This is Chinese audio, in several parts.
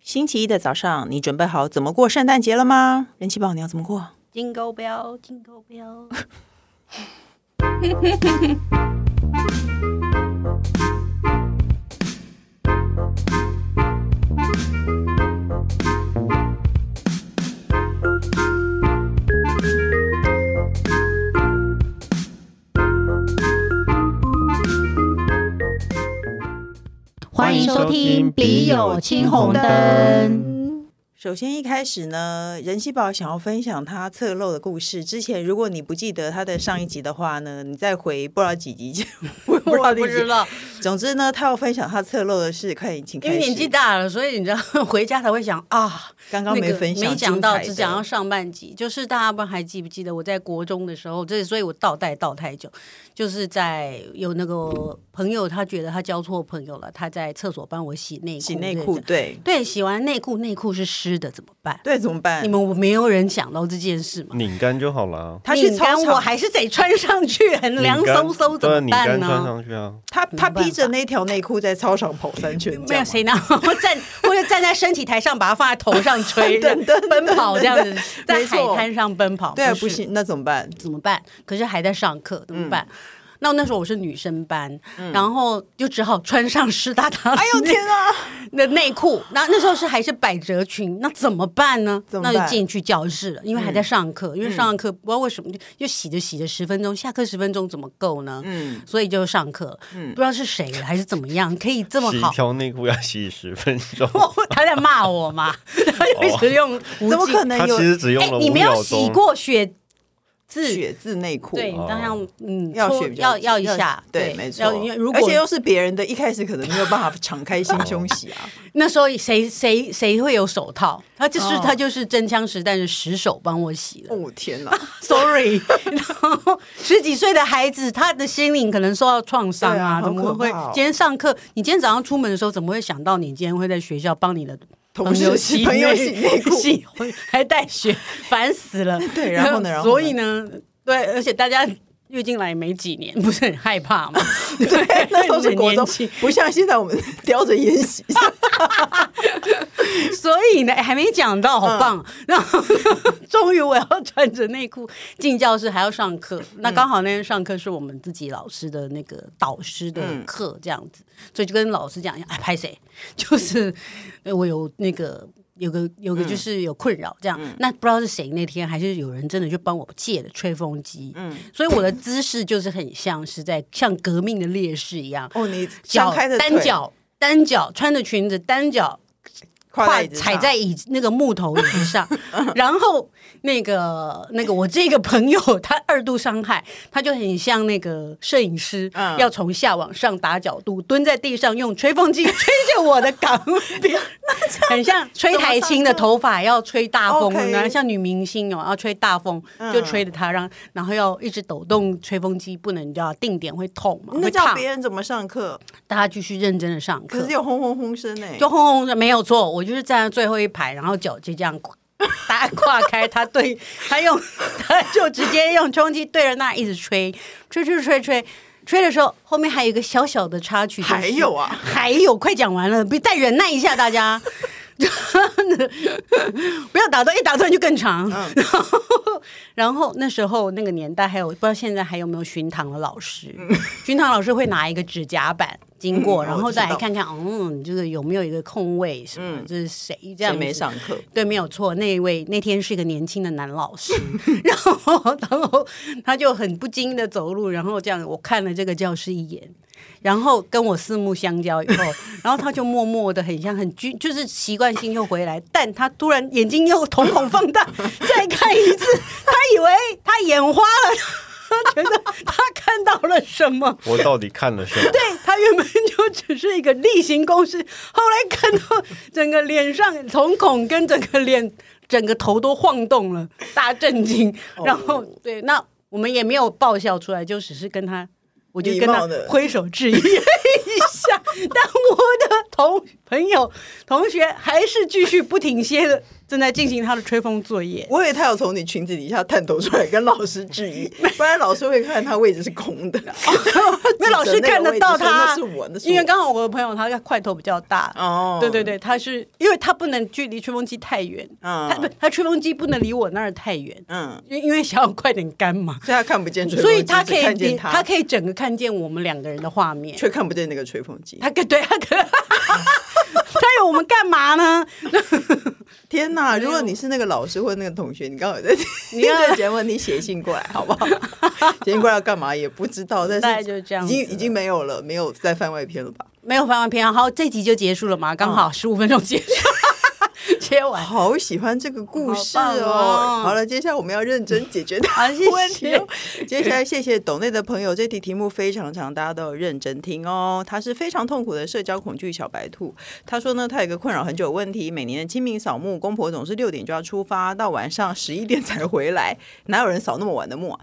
星期一的早上，你准备好怎么过圣诞节了吗？人气宝，你要怎么过？金钩标，金钩标。欢迎收听《笔友青红灯》。首先一开始呢，人气宝想要分享他侧漏的故事。之前如果你不记得他的上一集的话呢，你再回不知道几集， 我 也不知道我第不几集知。道，总之呢，他要分享他侧漏的事，快点，请 因开为始。年纪大了，所以你知道回家才会想啊，刚那刚个没分享，没讲到，精彩只的讲到上半集。就是大家不知道还记不记得我在国中的时候，这所以我倒带倒太久，就是在有那个朋友，他觉得他交错朋友了，他在厕所帮我洗内裤，洗内裤，对，对对，洗完内裤，内裤是湿的，怎么办？对，怎么办你？们没有人想到这件事吗？拧干就好啊了。他去拧操干我场，还是得穿上去，很凉拧干飕飕，怎对啊，么拧办干穿呢？上去啊。他他没办披着法那条内裤在操场跑三圈，这没有样谁拿， 或站或者站在升旗台上，把它放在头 上吹，噔噔噔奔跑这样子，在没海错滩上奔跑，吗对啊，不不是行，那嗯怎么办？怎么办？可是还在上课，怎么办？那那时候我是女生班，然后就只好穿上湿哒哒嗯哎呦的内天啊！的内裤，那那时候是还是百褶裙，那怎么办呢？怎么那办嗯就进去教室了，因为还在上课，因为上课不知道为什么就就洗着洗着十分钟，下课十分钟怎么够呢？嗯，所以就上课了，不知道是谁还是怎么样，可以这么洗一好。条内裤要洗十分钟， 我他在骂我嘛，他就一直用无怎么尽可能 他其有实只用哎了，你五没有秒洗钟。过血渍？血字内裤？哦对，你当然嗯，要搓血比较要要一下，对，没错要因为。如而且果又是别人的，一开始可能没有办法敞开心胸洗啊。那时候谁谁谁会有手套？他就是哦他就是真枪实弹的实手帮我洗的。 哦天哪， Sorry，然后十几岁的孩子，他的心灵可能受到创伤对啊啊，好怎么会可怕哦？今天上课，你今天早上出门的时候，怎么会想到你今天会在学校帮你的同友事洗洗朋友洗内裤，洗还带血，烦死了。 对然 后呢然后呢所以呢，对，而且大家月经来没几年，不是很害 怕吗？对 那时候 是国年中轻，，不像现在我们 叼着烟洗。 所以呢，哎还没讲到，好棒！嗯 然后呢终于我要穿着内裤进教室，还要上课。嗯那刚好那天上课是我们自己老师的那个导师的课，这样子，嗯所以就跟老师讲，哎，拍谁？就是呃我有那个。有个有嗯个就是有困扰这样，那不知道是谁那天还是有人真的就帮我借了吹风机，嗯，所以我的姿势就是很像是在像革命的烈士一样，哦，你脚 张开的单脚单脚穿着裙子单脚跨跨在椅子踩上在椅子那个木头椅子上， 然后那个那个我这个朋友他二度伤害，他就很像那个摄影师，嗯要从下往上打角度，蹲在地上用吹风机吹着我的港 边，很像吹台青的头发要吹大风， OK 嗯然后像女明星哦要吹大风就吹着它，让然后要一直抖动吹风机，不能你知道定点会痛嘛，那会叫烫，别人怎么上课？大家继续认真的上可课是。有轰轰轰声呢。就轰轰的，没有错，我就是站在最后一排，然后脚就这样跨打跨开，他对他用他就直接用冲击对着那一直吹，吹吹吹吹吹的时候，后面还有一个小小的插曲、就是，还有啊，还有，快讲完了，别再忍耐一下，大家。不要打断，一打断就更长。嗯然后， 然后那时候那个年代还有不知道现在还有没有巡堂的老师，巡堂老师会拿一个指甲板经过，嗯然我后知再来道看看，嗯，就是有没有一个空位什么，这是谁这嗯样谁子没上课？对，没有错，那一位那天是一个年轻的男老师， 然后然后他就很不经意的走路，然后这样我看了这个教师一眼，然后跟我四目相交以后，然后他就默默的很像很拘，就是习惯性又回来，但他突然眼睛又瞳孔放大再看一次，他以为他眼花了， 他觉得他看到了什么。我到底看了什么？对啊 他原本就只是一个例行公事，后来看到整个脸上瞳孔跟整个脸、整个头都晃动了，大震惊。哦然后、对，那我们也没有爆笑出来，就只是跟他，我就礼跟貌他地挥手致意一下。但我的同朋友、同学还是继续不停歇的正在进行他的吹风作业。我以为他有从你裙子底下探头出来跟老师质 疑，不然老师会看他位置是空的。那老师看得到他，那是我，那是我因为刚好我的朋友他块头比较大， 哦，对对，对，他是因为他不能距离吹风机太远，嗯他不他吹风机不能离我那儿太远，嗯，因为因为想要快点干嘛，所以他看不见吹风所机，以他可只看以见他可以整个看见我们两个人的画面，却看不见那个吹风机。他可对他可他有我们干嘛呢？天哪！如果你是那个老师或那个同学，你刚好在听哎你要 这个节目，你写信过来好不好？ 写信过来要干嘛也不知道，大但概是就是这样已子经已经没有了，没有在番外篇了吧？没有翻完篇，然后这集就结束了嘛，刚啊好十五分钟结束， 切完。好喜欢这个故事好棒哦好了，接下来我们要认真解决它好的谢谢问题哦。 接下来谢谢懂内的朋友，这题题目非常长，大家都有认真听哦。他是非常痛苦的社交恐惧小白兔。他说呢，他有一个困扰很久的问题，每年的清明扫墓，公婆总是六点就要出发，到晚上十一点才回来，哪有人扫那么晚的墓啊？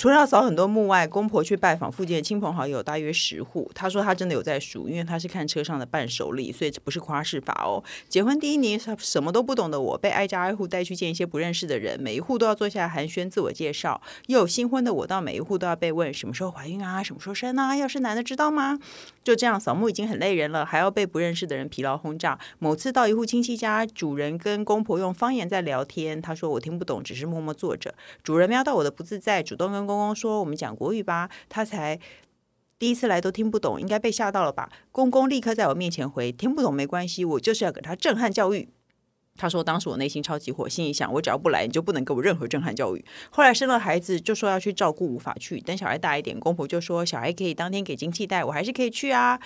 除了要扫很多墓外，公婆去拜访附近的亲朋好友，大约十户。他说他真的有在数，因为他是看车上的伴手礼，所以这不是夸饰法哦。结婚第一年，什什么都不懂的我，被挨家挨户带去见一些不认识的人，每一户都要做下寒暄自我介绍。又有新婚的我，到每一户都要被问什么时候怀孕啊，什么时候生啊，要是男的知道吗？就这样，扫墓已经很累人了，还要被不认识的人疲劳轰炸。某次到一户亲戚家，主人跟公婆用方言在聊天，他说我听不懂，只是默默坐着。主人瞄到我的不自在，主动跟公公说：“我们讲国语吧。”他才第一次来都听不懂，应该被吓到了吧？公公立刻在我面前回：“听不懂没关系，我就是要给他震撼教育。”他说：“当时我内心超级火，心里想：我只要不来，你就不能给我任何震撼教育。”后来生了孩子，就说要去照顾，无法去。等小孩大一点，公婆就说：“小孩可以当天给经济带，我还是可以去啊。”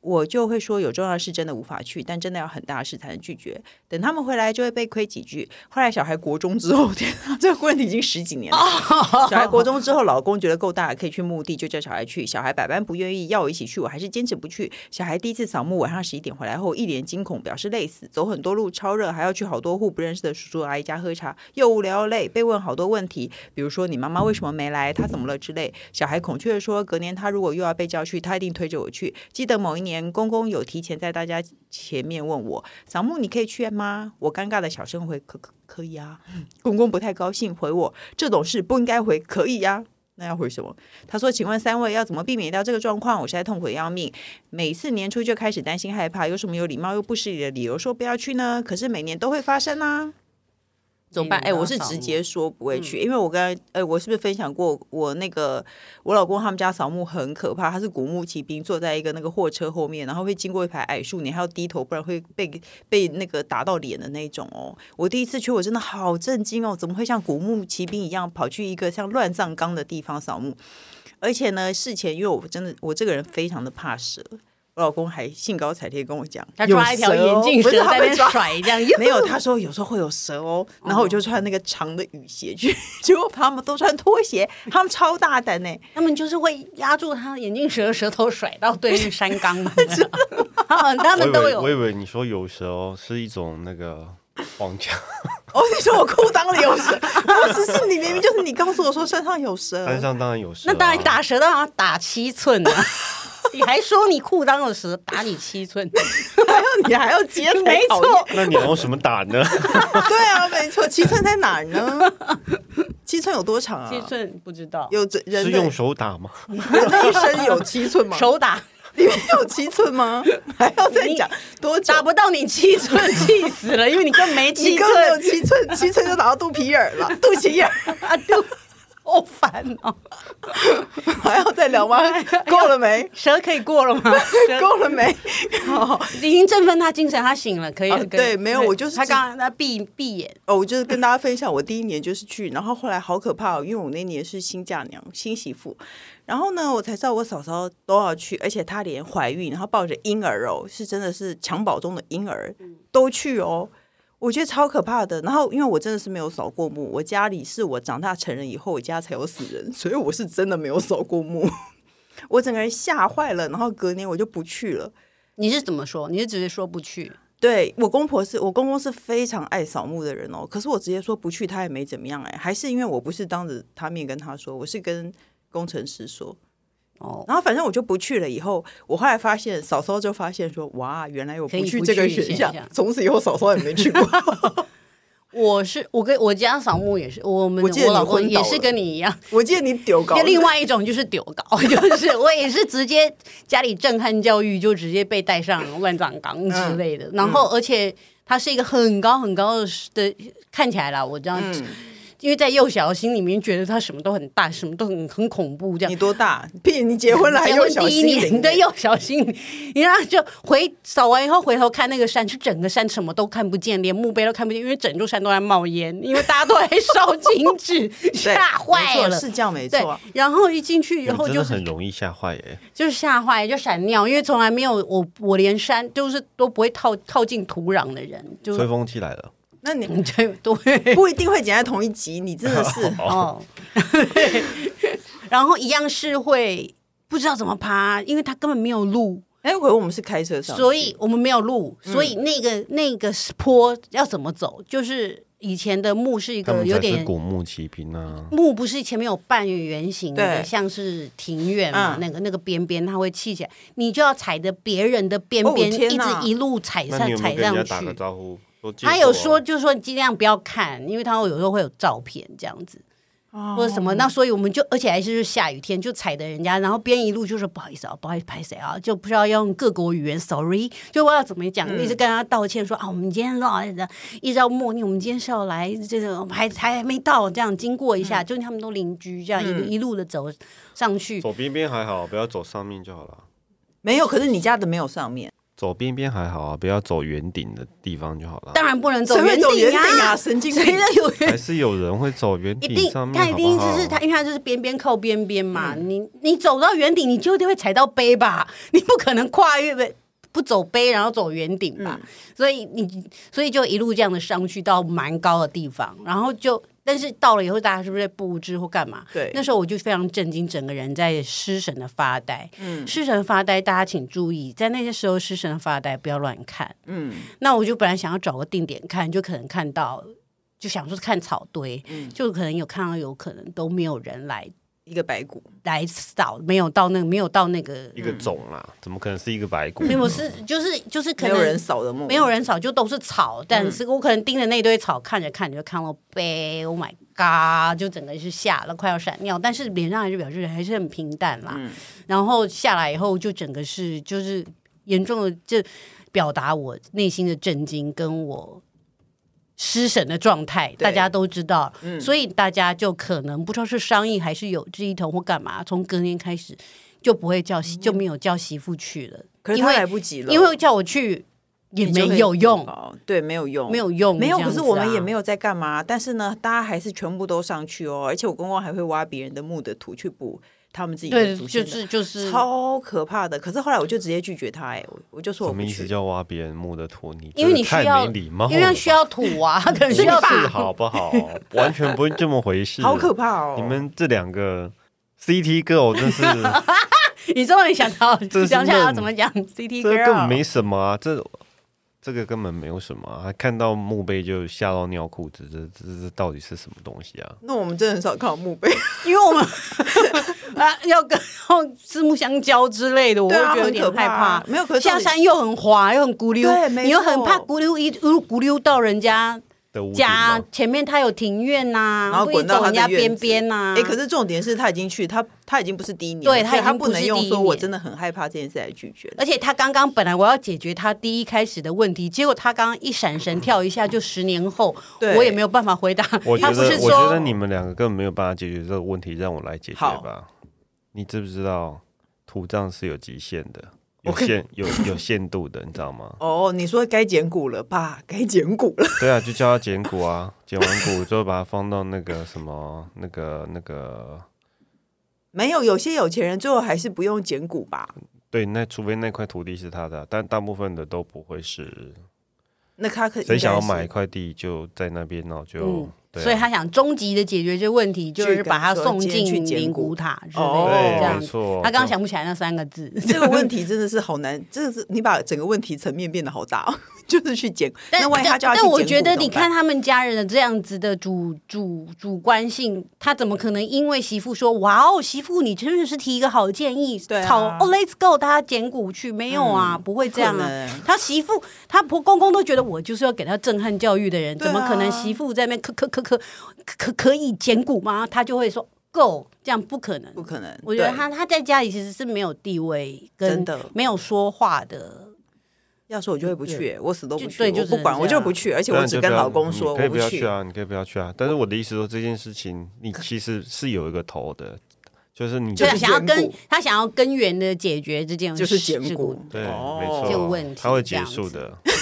我就会说有重要的事真的无法去，但真的要很大的事才能拒绝。等他们回来就会被亏几句。后来小孩国中之后，天啊， 这个问题已经十几年了。小孩国中之后，老公觉得够大，可以去墓地，就叫小孩去。小孩百般不愿意，要我一起去，我还是坚持不去。小孩第一次扫墓，晚上十一点回来后，一脸惊恐，表示累死，走很多路，超热，还要去好多户不认识的叔叔阿姨家喝茶，又无聊又累，被问好多问题，比如说你妈妈为什么没来，她怎么了之类。小孩孔雀地说，隔年他如果又要被叫去，他一定推着我去。记得某一年，公公有提前在大家前面问我，扫墓你可以去吗？我尴尬的小声回，可可可以啊。公公不太高兴，回我这种事不应该回，可以呀、那要回什么？他说：“请问三位要怎么避免掉这个状况？我实在痛苦的要命，每次年初就开始担心害怕，有什么有礼貌又不失礼的理由说不要去呢？可是每年都会发生啊，怎么办？哎、明年我是要扫墓直接说不会去，因为我刚才哎，我是不是分享过我那个我老公他们家扫墓很可怕，他是古墓骑兵，坐在一个那个货车后面，然后会经过一排矮树，你还要低头，不然会被被那个打到脸的那种哦。我第一次去，我真的好震惊哦，怎么会像古墓骑兵一样跑去一个像乱葬岗的地方扫墓？而且呢，事前因为我真的我这个人非常的怕蛇，我老公还兴高采烈地跟我讲，他抓一条有蛇哦眼镜不蛇是在他那被边抓甩，这样没有，他说有时候会有蛇哦，然后我就穿那个长的雨鞋去， 结果他们都穿拖鞋，他们超大胆呢、他们就是会压住他眼镜蛇的舌头甩到对面山岗嘛， 他我以们都为我以有。为你说有蛇哦，是一种那个绑架，哦，你说我裤裆里有蛇？ 不是，是你明明就是你告诉我说身上有蛇。山上当然有蛇嗯啊、那当然打舌头好像打七寸 呢、你还说你裤裆有蛇，打你七寸，还有你还要接才 没讨错厌。那你用什么打 呢？ 对啊，没错。七寸在哪儿呢？七寸有多长啊？七寸不知道，有这人是的用手打吗？人的一生有七寸吗？ 手打里面有七寸吗？还要再讲多久打？不到你七寸，气死了，因为你根本没你七根本没有寸七寸，七寸就打到肚皮眼儿了，肚脐眼儿 啊，就好烦哦。还要再聊吗？够了没？蛇可以过了吗？蛇够了没？哦好， 已经振奋他精神，他醒了，可以啊了。可以对没有我就是他刚刚他闭闭眼，哦，我就是跟大家分享，我第一年就是去，然后后来好可怕哦，因为我那年是新嫁娘、新媳妇，然后呢，我才知道我嫂嫂都要去，而且她连怀孕，然后抱着婴儿哦，是真的是襁褓中的婴儿都去哦，我觉得超可怕的。然后因为我真的是没有扫过墓，我家里是我长大成人以后我家才有死人，所以我是真的没有扫过墓， 我整个人吓坏了，然后隔年我就不去了。你是怎么说？你是直接说不去？对我公婆是我公公是非常爱扫墓的人哦，可是我直接说不去，他也没怎么样哎，还是因为我不是当着他面跟他说，我是跟工程师说。哦，然后反正我就不去了。以后我后来发现，嫂嫂就发现说，哇，原来我可以不去不这个去选选项项， 从此以后嫂嫂也没去过。我是我跟我家扫墓也是，我们我记得我老你昏公也倒是了跟你一样，我记得你丢高，另外一种就是丢稿， 就是我也是直接家里震撼教育，就直接被带上万丈岗嗯之类的。然后，而且它是一个很高很高的的，看起来啦，我这样，嗯，因为在幼小的心里面觉得它什么都很大，什么都很很恐怖这样你。多大？屁，你结婚了还结有婚小第一心灵年，对，幼小心灵，你让他就回扫完以后回头看那个山，是整个山什么都看不见，连墓碑都看不见，因为整座山都在冒烟，因为大家都在烧金纸， 对吓坏没错了。是这样没对错。，然后一进去以你后哎真就的是很容易吓坏耶。就是吓坏，就闪尿，因为从来没有我我连山就是都不会靠靠近土壤的人，就吹是风机来了，那 你对对不一定会剪在同一集，你真的是 哦，然后一样是会不知道怎么爬，因为它根本没有路，哎，回我们是嗯开车上去，所以我们没有路，所以那个那个坡要怎么走，就是以前的墓是一他个们有才是点。古墓奇兵啊。墓不是前面有半圆形的，嗯对像是庭院嘛，嗯那个那个边边它会砌起来，你就要踩着别人的边哦边，天一直哪一路踩那上你有没踩有跟人上家去。打个招呼？说借他有过啊说，就说尽量不要看，因为他会有时候会有照片这样子，哦或者什么。那所以我们就，而且还是下雨天，就踩着人家，然后边一路就说不好意思啊，不好意思，拍谁啊，就不知道要用各国语言，sorry，就我要怎么讲，一直跟他道歉说啊，我们今天老一直要默念，我们今天是要来这个，我们还还还没到，这样经过一嗯下，就他们都邻居这样一路一路的走上去，走边边还好，不要走上面就好了。没有，可是你家的没有上面，走边边还好啊，不要走圆顶的地方就好了。当然不能走谁会原走原顶顶啊啊，，神经谁病！在有原还是有人会走圆一顶定上，面，他一定好就不好嗯是他，因为他就是边边靠边边嘛。你你走到圆顶，你就一定会踩到杯吧？ 你不可能跨越不不走杯，然后走圆顶吧？嗯所以你所以就一路这样的上去到蛮高的地方，然后就但是到了以后，大家是不是在布置或干嘛？对那时候我就非常震惊，整个人在失神的发呆。嗯失神发呆，大家请注意，在那些时候失神发呆，不要乱看。嗯，那我就本来想要找个定点看，就可能看到，就想说看草堆，嗯就可能有看到，有可能都没有人来一个白骨，来扫，没有到那个，没有到那个，一个种啦，怎么可能是一个白骨？没有是就是就是可没能有人扫的嗯墓，没有人扫，就都是草，但是我可能盯着那堆草看着看着就看到呗，Oh my god，就整个是吓了，快要闪尿，但是脸上还是表示还是很平淡啦。嗯然后下来以后，就整个是就是严重的就表达我内心的震惊跟我。失神的状态，对大家都知道，嗯所以大家就可能不知道是商议还是有志一同或干嘛，从隔年开始就不会叫媳就没有叫媳妇去了，嗯可是因他为来不及了，因为叫我去也你就没会有用，哦，对，没有用，没有用，没有，可是我们也没有。有在干嘛。但是呢，大家还是全部都上去哦，而且我公公还会挖别人的墓的土去补他们自己的对，祖先啊就的是就是，超可怕的。可是后来我就直接拒绝他，哎，我我就说我什不么意思去。叫挖别人墓的土？你因为真的你需太要，没礼貌了吧，因为需要土 啊，可能需是要土。好 不好？完全不是这么回事，好可怕哦！你们这两个 CT girl 真是，你终于想 到，这是想想要嫩怎么讲 CT 这根本 girl，没什么啊，这这个根本没有什么、啊，还看到墓碑就吓到尿裤子，这这这到底是什么东西啊？那我们真的很少看到墓碑，因为我们 啊要跟要四目相交之类的，我会对啊觉得有很点可害怕怕。没有可是下重点山又很滑，又很咕溜对，没你又很错怕咕溜一路咕溜到人家的屋顶家吗前面，他有庭院呐，然后故意滚到走他人家的院边子边呐。哎、可是重点是他已经去，他他已经不是第一年了，所对以他已他经不不能是用第一说我年真的很害怕这件事来拒绝了。而且他刚刚本来我要解决他第一开始的问题，结果他刚刚一闪神跳一下，就十年后，对我也没有办法回答。 我觉他不得是，我觉得说你们两个根本没有办法解决这个问题，让我来解决好吧。你知不知道土葬是有极限的，我有可以？限有有限度的，你知道吗哦，你说该剪骨了吧？该剪骨了，对啊，就叫他捡骨啊，捡完骨之后把它放到那个什么那个那个，没有，有些有钱人最后还是不用剪骨吧？对，那除非那块土地是他的啊，但大部分的都不会是。那他可谁想要应该买 一是块地就在那边哦，就、嗯对啊、所以他想终极的解决这个问题，就是把他送进灵骨塔之类哦的，这对，样没子。错。他刚刚想不起来那三个字，这个问题真的是好难，这个是你把整个问题层面变得好大、哦， 就是去捡。但那万一他叫他去但我捡觉骨得，怎你么办看他们家人的这样子的主主主观性，他怎么可能因为媳妇说“哇哦，媳妇你真的是提一个好建议”，对啊嗯好哦，Let's go，大家捡骨去？没有啊，不会这样不可啊能。他媳妇，他婆公公都觉得我就是要给他震撼教育的人，对怎啊么可能媳妇在那边可可可可可可以捡骨吗？他就会说 “go”，这样不可能。不可能。我觉得对他他在家里其实是没有地位真跟的没有说话的。要是我就会不去，我死都不就去，对就我只不能管，这我就样不去，而且当我然只就跟不要老公说你可我以不要去去。啊，你可以不要去啊。但是我的意思说，这件事情你其实是有一个头的，就是你对，是想要兼根顾他想要根源的解决这件就是事兼事顾故，对，哦没这个错问，题它这会结样束子 的。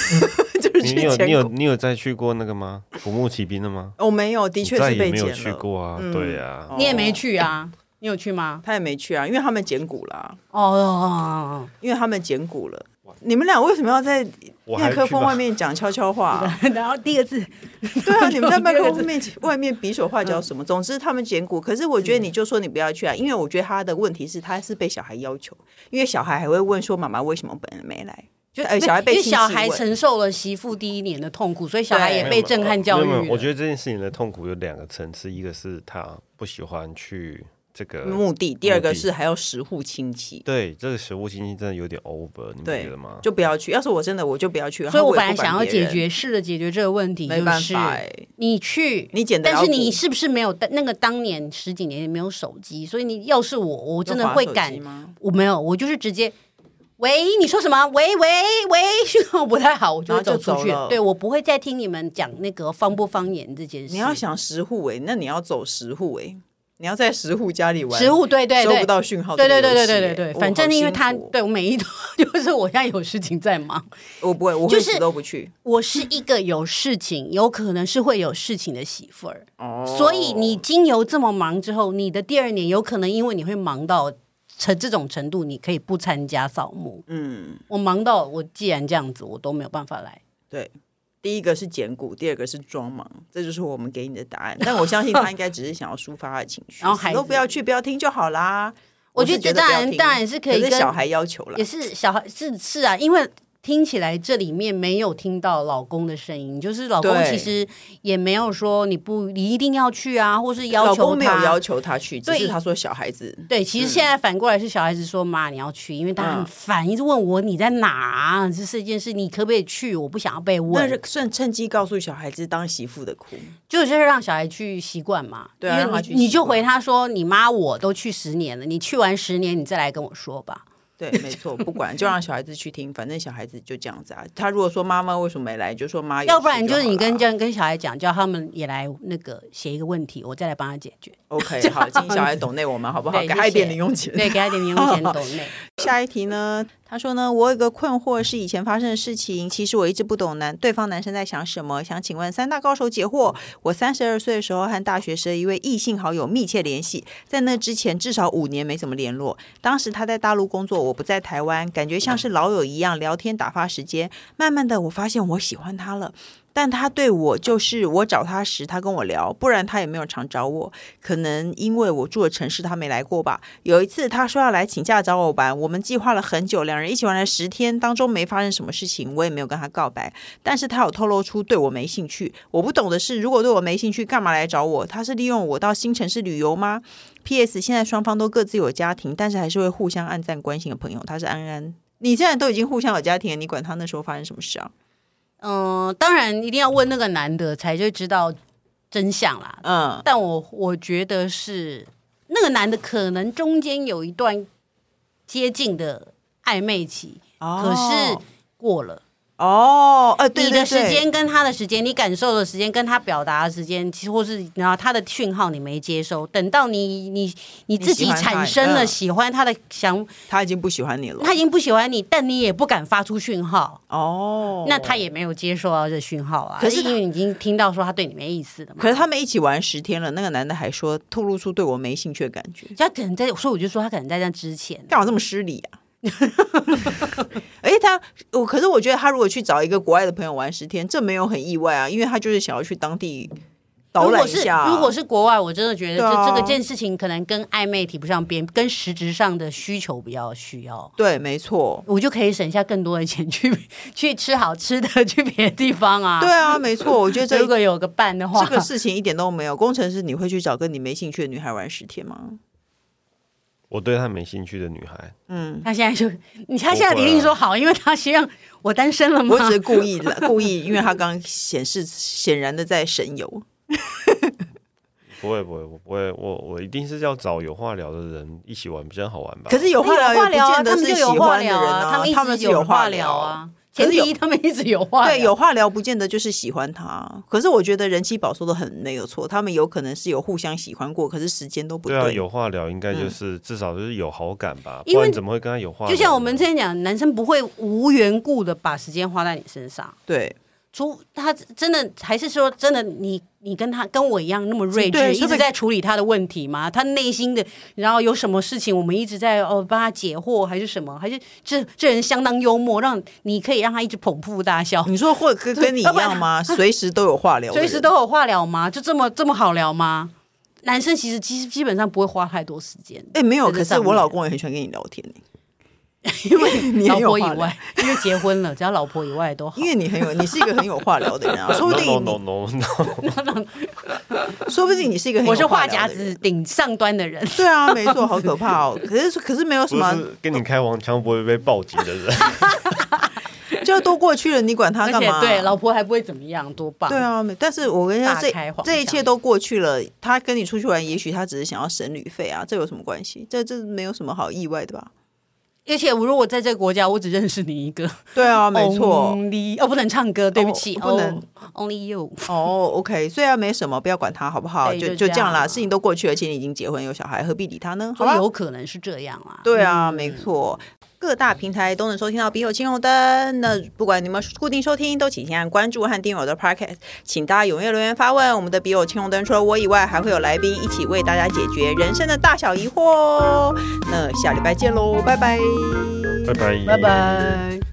就是去你你有捡你有骨你有再去过那个吗？古墓奇兵的吗？我哦没有，的你确再是也被没有捡去了。过啊，嗯对呀、哦你也没去啊？你有去吗？他也没去啊，因为他们捡骨啦，哦哦，啊因为他们捡骨了。你们俩为什么要在我还麦去克风吧 外面讲悄悄话 啊、哦然后第二次，对啊，你们在麦克 风面外面比手画脚嗯什么？总之他们捡骨，可是我觉得你就说你不要去啊，因为我觉得他的问题是他是被小孩要求，因为小孩还会问说妈妈为什么本人没来，就哎小孩被因为亲戚小孩问承受了媳妇第一年的痛苦，所以小孩对也被震撼教育没有没有我觉得得这件事情的痛苦有两个层次，一个是他不喜欢去这个目的，第二个目的是还要实户亲戚。对这个食物信息真的有点 over，你不觉对得吗？，就不要去。要是我真的，我就不要去。所以然后我我也本来不管想要别解人，决试着解决这个问题，没就办是法欸你去，你捡得但到是骨你是不是没有那个当年十几年也没有手机？所以你要是我，我真有的滑会手机敢吗？我没有，我就是直接。喂，你说什么？喂喂喂， 信号不太好，我就然会后走就出去走了。对我不会再听你们讲那个方不方言这件事。你要想十户哎，那你要走十户哎，你要在十户家里玩食物，对对收对，不到讯号这对个游对戏对欸。对对对对，我反好正因为辛他苦哦对我每一都 就是我现在有事情在忙，我不会，我就会是死都不去。我是一个有事情，有可能是会有事情的媳妇儿，哦所以你经由这么忙之后，你的第二年有可能因为你会忙到成这种程度，你可以不参加扫墓。嗯，我忙到我既然这样子，我都没有办法来。对，第一个是减骨，第二个是装忙，这就是我们给你的答案。但我相信他应该只是想要抒发他的情绪， 然后死孩都子不要去，不要听就好啦。我是觉觉得这当不要然听当然是可以可是跟小孩要求啦也。是小孩是是啊，因为听起来这里面没有听到老公的声音，就是老公对其实也没有说你不你一定要去啊，或是要老求公没有他。要求他去，只对是他说小孩子对，其实现在反过来是小孩子说：“妈，你要去，因为他嗯很烦，一直问我你在哪、啊，这是一件事，你可不可以去？我不想要被那问，是趁趁机告诉小孩子当媳妇的苦。就是让小孩去习惯嘛。对啊因让为他你去你习就惯回他说：你妈我都去十年了，你去完十年你再来跟我说吧。对， 没错，不管就让小孩子去听，反正小孩子就这样子啊。他如果说妈妈为什么没来，就说妈有事就好啊要啦，不然就是你跟这样跟小孩讲，叫他们也来那个写一个问题，我再来帮他解决。 OK 好，请小孩懂内我们好不好？对哦给他一谢谢点零用钱。对，给他一点零 用钱抖内。下一题呢？他说呢，我有一个困惑是以前发生的事情，其实我一直不懂男对方男生在想什么。想请问三大高手解惑。我三十二岁的时候和大学时的一位异性好友密切联系，在那之前至少五年没怎么联络。当时他在大陆工作，我不在台湾，感觉像是老友一样聊天打发时间。慢慢的，我发现我喜欢他了。但他对我就是我找他时，他跟我聊，不然他也没有常找我。可能因为我住的城市他没来过吧。有一次他说要来请假找我玩，我们计划了很久，两人一起玩了十天，当中没发生什么事情，我也没有跟他告白，但是他有透露出对我没兴趣。我不懂的是，如果对我没兴趣，干嘛来找我？他是利用我到新城市旅游吗？P.S. 现在双方都各自有家庭，但是还是会互相暗赞关心的朋友。他是安安，你现在都已经互相有家庭了，你管他那时候发生什么事啊？嗯、当然一定要问那个男的才就知道真相啦。嗯，但我我觉得是那个男的可能中间有一段接近的暧昧期，可是过了。哦，呃，对你对的时对间跟他的时间，你感受的时间跟他表达的时间，其实或是然后他的讯号你没接收，等到你你你自己你喜欢他产生了嗯喜欢他的想，他已经不喜欢你了。他已经不喜欢你，但你也不敢发出讯号，哦，那他也没有接受到这讯号啊。可是他因为你已经听到说他对你没意思了嘛，可是他们一起玩十天了，那个男的还说透露出对我没兴趣的感觉，他可能在，所以我就说他可能在那之前，干嘛这么失礼啊？ 而且他，我可是我觉得他如果去找一个国外的朋友玩十天，这没有很意外啊，因为他就是想要去当地导如览果一是下。如果是国外，我真的觉得对啊这这个件事情可能跟暧昧提不上边，跟实质上的需求比较需要。对，没错，我就可以省下更多的钱去 去吃好吃的， 去别的地方啊。对，啊，没错。我觉得这 如果有个伴的话，这个事情一点都没有。工程师，你会去找跟你没兴趣的女孩玩十天吗？我对她没兴趣的女孩，嗯， 他现在就 你他现在一定说好，因为他希望我单身了吗我？ 只是故意的，故意，因为他刚显示显然的在神游。不会不会，我不会，我我一定是要找有话聊的人一起玩比较好玩吧。可是有话那有话也聊不啊，见他得们是就喜有话欢的人聊啊，啊，他们们一直是有话聊聊啊。可前是有提他们一直有话聊，对，有话聊不见得就是喜欢他。可是我觉得人妻宝说的很没有错，他们有可能是有互相喜欢过，可是时间都不对啊，有话聊应该就是、至少就是有好感吧，因不为然怎么会跟他有话聊就呢？像我们之前讲，男生不会无缘故的把时间花在你身上，对除他真的还是说真的你，你跟他跟我一样那么睿智，对一说不定直在处理他的问题吗？他内心的，然后有什么事情，我们一直在哦帮他解惑，还是什么？还是这这人相当幽默，让你可以让他一直捧腹大笑。你说或跟跟你一样吗？ 随时都有话聊的随人，时都有话聊吗？就这么这么好聊吗？男生其实基基本上不会花太多时间，哎、没有。在可这是上面我老公也很喜欢跟你聊天、因为你 老很有婆话以聊外，因为结婚了，只要老婆以外都好因。为你很有，你是一个很有话聊的 人啊，说不 no 定 no 你， no no no，说不定你是一个很有我是话话聊匣的人子顶上端的人，对啊，没错，好可怕哦。可是可是没有什不么，是跟你开黄腔不会被报警的人。就都过去了，你管他而干且嘛？对老婆还不会怎么样，多棒！对，啊，没但是我跟你说，大开这黄这一腔切都过去了。他跟你出去玩，也许他只是想要省旅费啊，这有什么关系？这这没有什么好意外的吧？而且我如果在这个国家，我只认识你一个，对啊， 没错。 Only 哦，不能唱歌，对不起，不能哦，Only you。哦、o k 虽然没什么，不要管他，好不好？对就就就这这样啦，样事情都过去了，而且你已经结婚有小孩，何必理他呢？好就吧，有可能是这样啊。对啊，没错。各大平台都能收听到《笔友青红灯》，那不管你们固定收听，都请先按关注和订阅我的 Podcast，请大家踊跃留言发问。我们的《笔友青红灯》除了我以外，还会有来宾一起为大家解决人生的大小疑惑哦。那下礼拜见喽，拜拜。拜拜，拜拜。